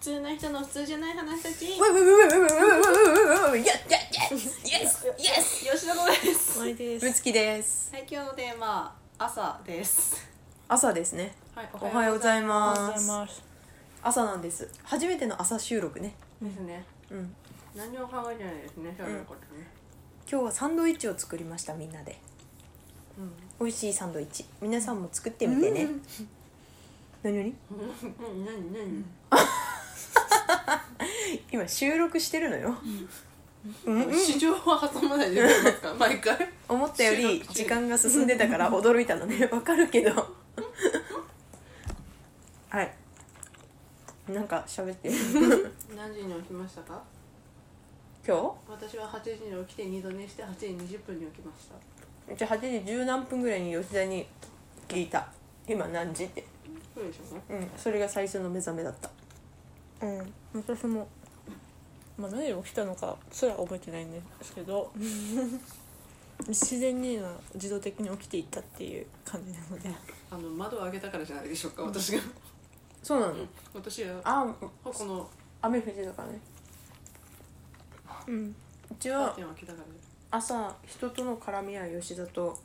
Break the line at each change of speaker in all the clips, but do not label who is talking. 通な人の普通じゃない話たち
吉田のです
お相手で
む
す
つきです
最強のテーマ朝です
朝ですね
はい
おはようござい
おはよ
ま
うござい
す
ます
朝なんです初めての朝収録ね
ますですね
うん
何も考えてないですね喋ることね
今日はサンドイッチを作りましたみんなで
うん
美味しいサンドイッチ皆さんも作ってみてね何々
うん何何
今収録してるのようんうん
市場は挟まないでくれますか毎 回
思ったより時間が進んでたから驚いたの ねわかるけどはいなんか喋 って
何時に起きましたか
今
私は8時に起きて二度寝して8時20分に起きました
日うち8時十何分ぐらいに吉田に聞いた今何時って
そうでしょ
うんそれが最初の目覚めだった
うん私もまあ何で起きたのかすら覚えてないんですけど自然には自動的に起きていったっていう感じなので
あの窓を開けたからじゃないでしょうか私が
そうなの
私は
あ
この
雨降ってたからね
うん
うち
カー
は
テンを開けたから
朝人との絡みは吉田と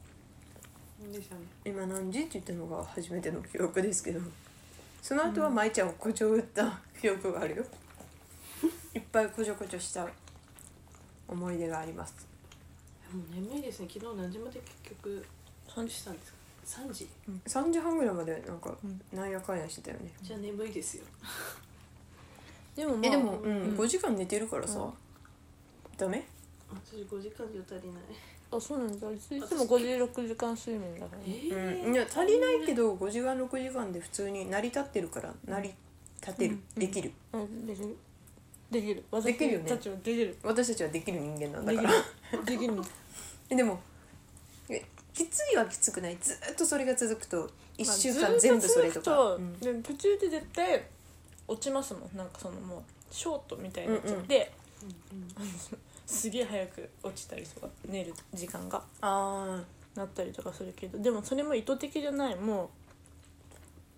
でしたね
今何時って言ったのが初めての記憶ですけどその後は舞ちゃんをこちょ打った記憶があ るよ、いっぱいこちょこちょした思い出があります
もう眠いですね昨日何時まで結局
3
したんですか3時
3時半ぐらいまでなんか
うん
なんやかんやしてたよね、
じゃあ眠いですよ
でもまあ
えでも、う
うんん
5時間寝てるからさ、
うん
ダメ
私5時間じゃ足りない
あそうなんだいついつも56時間睡眠だからね
え
うん、いや足りないけど5時間6時間で普通に成り立ってるから成り立てる、
うん
できる
うんできるできる
できるよ
私
ね
たちはできる
私たちはできる人間なんだ
で
か
き
ら
るできるんだ
えでもえきついはきつくないずーっとそれが続くと1週
まあ
間全部それとか、
ずーっと続くとで途中で絶対落ちますもんなんかそのもうショートみたいになっちゃって、すげえ早く落ちたりとか寝る時間が
ああ
なったりとかするけどでもそれも意図的じゃないもう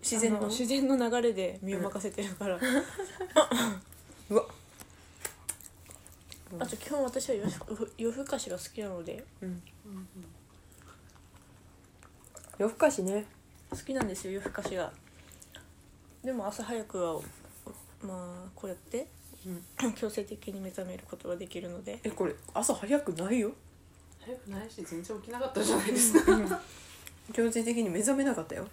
自然
あの
の
自然の流れで身を任せてるから、
うわ
あと基本私は夜ふ夜更かしが好きなので
夜更かしね
好きなんですよ夜更かしがでも朝早くはまあこうやって、強制的に目覚めることができるので
えこれ朝早くないよ
早くないし全然起きなかったじゃないですか
強制的に目覚めなかったよ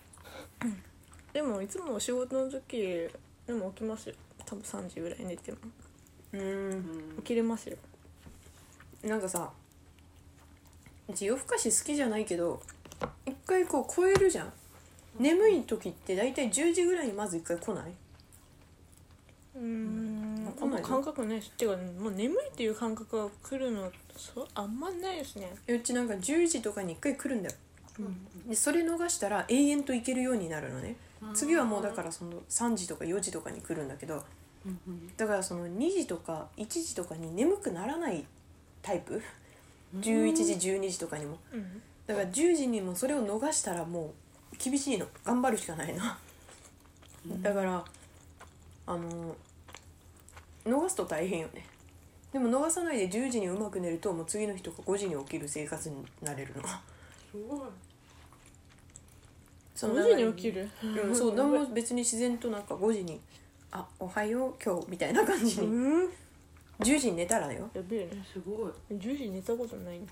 でもいつもお仕事の時でも起きますよ多分3時ぐらい寝ても
う
うん
起
ん
きれますよ
なんかさうち夜更かし好きじゃないけど一回こう超えるじゃん眠い時って大体10時ぐらいにまず一回来ない
うん
来ないの
感覚ねっていうかもう眠いっていう感覚が来るのそうあんまないですね
えうちなんか10時とかに一回来るんだよでそれ逃したら永遠と行けるようになるのね次はもうだからその3時とか4時とかに来るんだけど
うんうん
だからその2時とか1時とかに眠くならないタイプ11時12時とかにも
うん
だから10時にもそれを逃したらもう厳しいの頑張るしかないなだからあの逃すと大変よねでも逃さないで10時にうまく寝るともう次の日とか5時に起きる生活にな れるの
すごい
その
5時に起きる
うん、そう何も別に自然となんか5時に「あおはよう今日」みたいな感じ
う
に
ん
10時に寝たらよ
やべえね
すごい
10時寝たことないな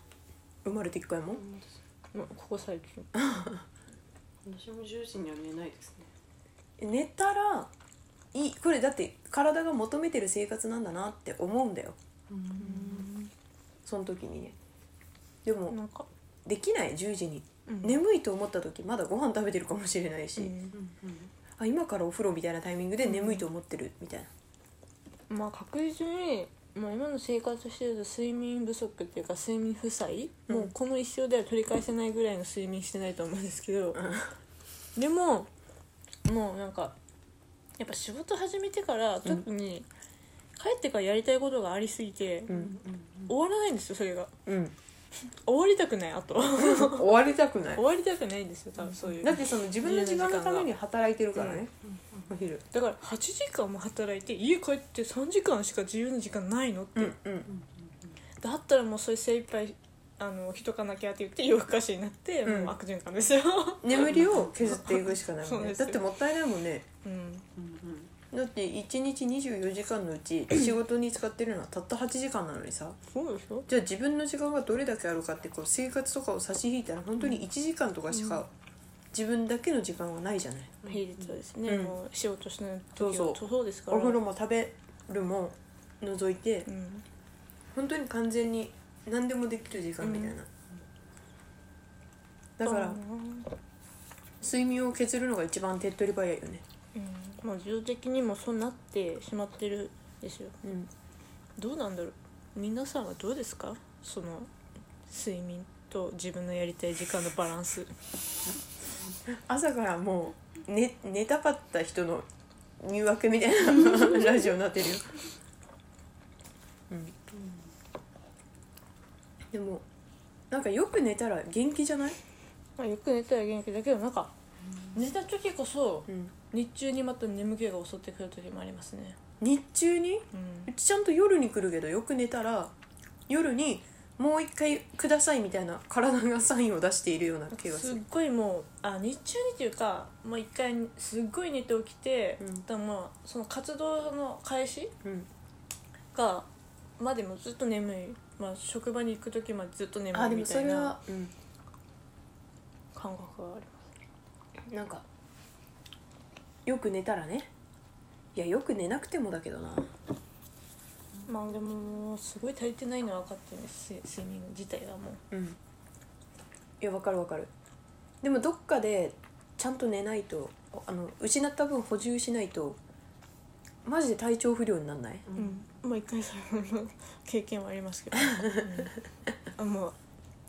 生まれて1回も
まあここ最近
私も10時には寝ないですね
寝たらいいこれだって体が求めてる生活なんだなって思うんだよその時にねでも
なんか
できない10時に
うん
眠いと思った時まだご飯食べてるかもしれないうし、
ん
あ今からお風呂みたいなタイミングで眠いと思ってるみたいな、
まあ確実にもう今の生活してると睡眠不足っていうか睡眠負債、
うん
もうこの一生では取り返せないぐらいの睡眠してないと思うんですけど、でももうなんかやっぱ仕事始めてから特に帰ってからやりたいことがありすぎて、
うん
終わらないんですよそれが
うん、
終わりたくないあと
終わりたくない
終わりたくないんですよ多分そういう
だってその自分の時間のために働いてるからね、お昼
だから8時間も働いて家帰って3時間しか自由な時間ないのって、
うんうん
だったらもうそれ精一杯あのしとかなきゃって言って夜更かしになって、
うん
もう悪循環ですよ、
眠りを削っていくしかないもん
そう
ね
です
だ
よ
ってもったいないもんね
うん、
うん
だって1日24時間のう ち仕事に使ってるのはたった8時間なのにさ
そうでしょ
じゃあ自分の時間がどれだけあるかってこう生活とかを差し引いたら本当に1時間とかしか自分だけの時間はないじゃない
平日はですね、
うん
もう仕事しない時
そうそう
はそうですから
お風呂も食べるも除いて
うん、
本当に完全に何でもできる時間みたいな、だから
うん
睡眠を削るのが一番手っ取り早いよね
うん、もう自動的にもそうなってしまってるんですよ
うん
どうなんだろう皆さんはどうですかその睡眠と自分のやりたい時間のバランス
朝からもう寝寝たかった人の誘惑みたい なラジオになってるよ、うん、でもなんかよく寝たら元気じゃない、
まあよく寝たら元気だけどなんか寝た時こそ
うん、
日中にまた眠気が襲ってくる時もありますね
日中に
うん
うちちゃんと夜に来るけどよく寝たら夜にもう一回くださいみたいな体がサインを出しているような気がす
すっ
る
ごいもうあ日中にというかもう一回すっごい寝て起きて、
うん
でもまあその活動の開始
うん、
がまでもずっと眠い、まあ、職場に行く時までずっと眠
あでも
いみ
そ
たい
れ
な
は、うん、
感覚があり
な
ま
んかよく寝たらねいやよく寝なくてもだけどな
すまあでもすごい足りてないのは分かってるんです睡睡眠自体はも
うんいやわかるわかるでもどっかでちゃんと寝ないとあの失った分補充しないとマジで体調不良になんない
うん、まあ一回その経験はあります けど、うんあもう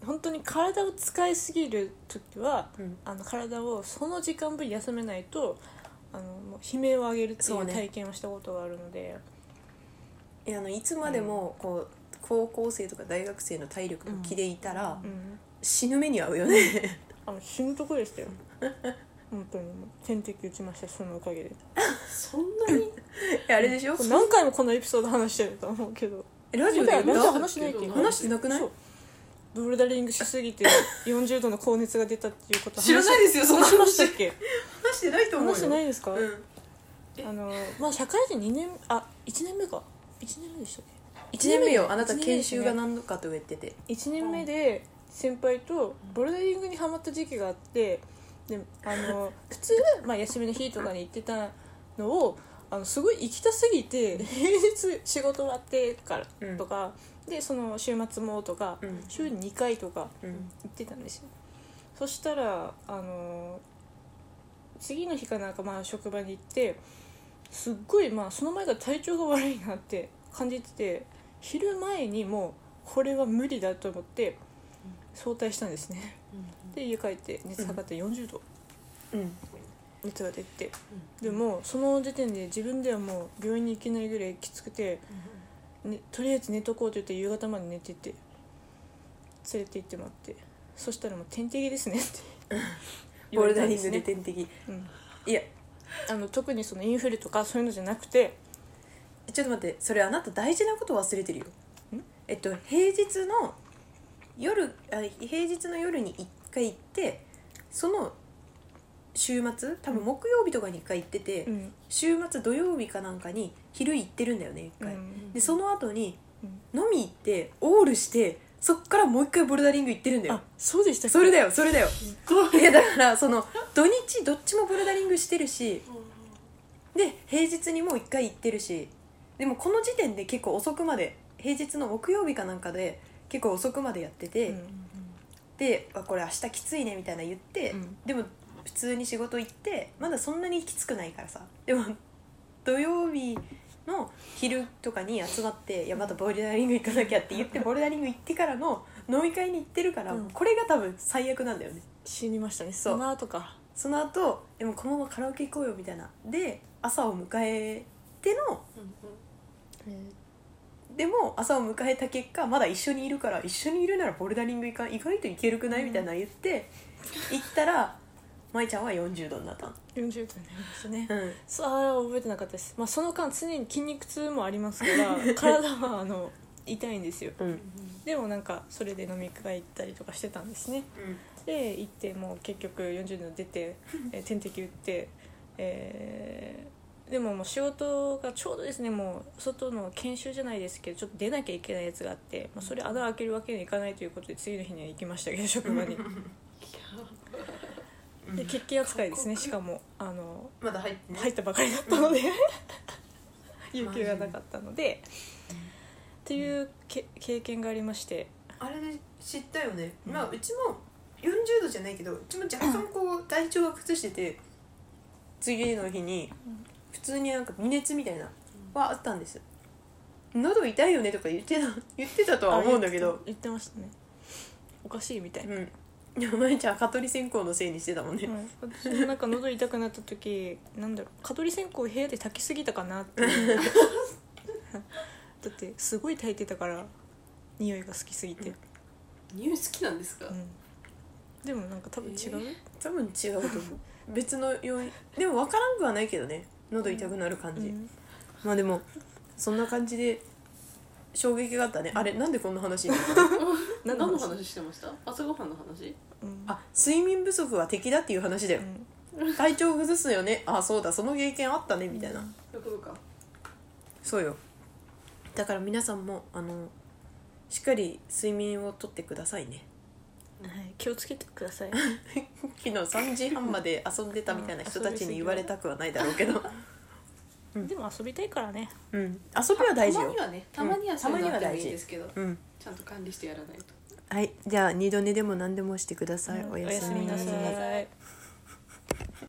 本当に体を使いすぎる時は
うん
あの体をその時間分休めないとあのもう悲鳴を上げるってい
そう
う
ね
体験をしたことがあるので
いやあのいつまでもこう高校生とか大学生の体力の気でいたら、
うん
死ぬ目に遭うよね
あの死ぬとこ でしたよ本当にもう点滴打ちましたそのお かげで
そんなに
いやあれでしょ
これ何回もこのエピソード話してると思うけど
えラジオで言っ
ラジオ
た
話しないけど
話してなくない
そうボルダリングしすぎて40度の高熱が出たっていうこと
知らないですよそんな
話しました
話
っけ
話してないと思うよ
話してないですか、
うん、
あのまあ社会人2年あ1年目か1年目でしたっけ
1年目よあなた
一年目
研
ですね
修が何度かと言ってて
1年目で先輩とボルダリングにハマった時期があってであ の普通、まあ、休みの日とかに行ってたのをあのすごい行きたすぎて平日仕事終わってから
うん
とか、でその週末もとか、
うん
週に2回とか
うん
行ってたんですよそしたらあの次の日かなんかまあ職場に行ってすっごいまあその前から体調が悪いなって感じてて昼前にもうこれは無理だと思って早退したんですねで家帰って熱測って40度
うん
熱が出てでもその時点で自分ではもう病院に行けないぐらいきつくて、ね、とりあえず寝とこうと言って夕方まで寝てて連れて行ってもらってそしたらもう点滴ですねって 言
ボ
わ
ル
れ
ダ
たん
リ
で
ン
す
グで
ね、
点滴
うん、
いや
あの特にそのインフルとかそういうのじゃなくて
ちょっと待ってそれあなた大事なこと忘れてるよえっと平日の夜あ平日の夜に1回行ってその週末多分木曜日とかに1回行ってて、
うん、
週末土曜日かなんかに昼行ってるんだよね1
う
回、
ん、
でその後に
うん
飲み行ってオールしてそっからもう1回ボルダリング行ってるんだよ
あそうでしたっけ
それだよそれだよいやだからその土日どっちもボルダリングしてるしで平日にもう1回行ってるしでもこの時点で結構遅くまで平日の木曜日かなんかで結構遅くまでやってて、
うん
であこれ明日きついねみたいな言って、
うん
でも普通に仕事行ってまだそんなにきつくないからさでも土曜日の昼とかに集まって「いやまたボルダリング行かなきゃ」って言 ってボルダリング行ってからの飲み会に行ってるから、
うん
これが多分最悪なんだよね
死にましたね
そう
その後か
その後でもこのままカラオケ行こうよみたいなで朝を迎えてのでも朝を迎えた結果まだ一緒にいるから一緒にいるならボルダリング行かん意外といけるくないみたいな言って、行ったら舞ちゃんは40度になったの
40度になりましたね
うん
そうあれは覚えてなかったです、まあ、その間常に筋肉痛もありますから 体はあの痛いんですよ
うん
でもなんかそれで飲み会行ったりとかしてたんですねで行ってもう結局40度出 て、えー点滴打って、えーでももう仕事がちょうどですねもう外の研修じゃないですけどちょっと出なきゃいけないやつがあって、まあ、それ穴開けるわけにいかないということで次の日には行きました けど職場にで血気扱いですねしかもあの
まだ入って
入ったばかりだったので 勇気がなかったのでっていうけ経験がありまして
あれで知ったよね、まあうちも40度じゃないけどうちも若干こう体調が崩してて次の日に普通になんか微熱みたいなはあったんです喉痛いよねとか言ってた言ってたとは思うんだけ
あ
ど
言って言ってましたねおかしいみたいな
うんでもまゆちゃんは蚊取り線香のせいにしてたもんね、
うん私もなんか喉痛くなった時なんだろう蚊取り線香部屋で炊きすぎたかなって いうだってすごい炊いてたから匂いが好きすぎて、
匂い好きなんですか
うんでもなんか多分違う、
多分違うと思う別の要因でも分からんくはないけどね喉痛くなる感じ、
うん
まあでもそんな感じで衝撃があったねあれなんでこんな話になったの
何
何の
の
話
話してました朝ごはんの話
うん
あ睡眠不足は敵だっていう話だよ
うん
体調崩すよねあそうだその経験あったねみたいな、
そういうことか
そうよだから皆さんもあのしっかり睡眠をとってくださいね
はい、気をつけてください
昨日3時半まで遊んでたみたいな人たちに言われたくはないだろうけど
でも遊びたいからね
うん遊びは大事
たま
よ
にはねたまにはそういうのあってもいいですけど、
うん
ちゃんと管理してやらないと
はいじゃあ二度寝でも何でもしてください、
うん
おやすみなさい
おやすみなさい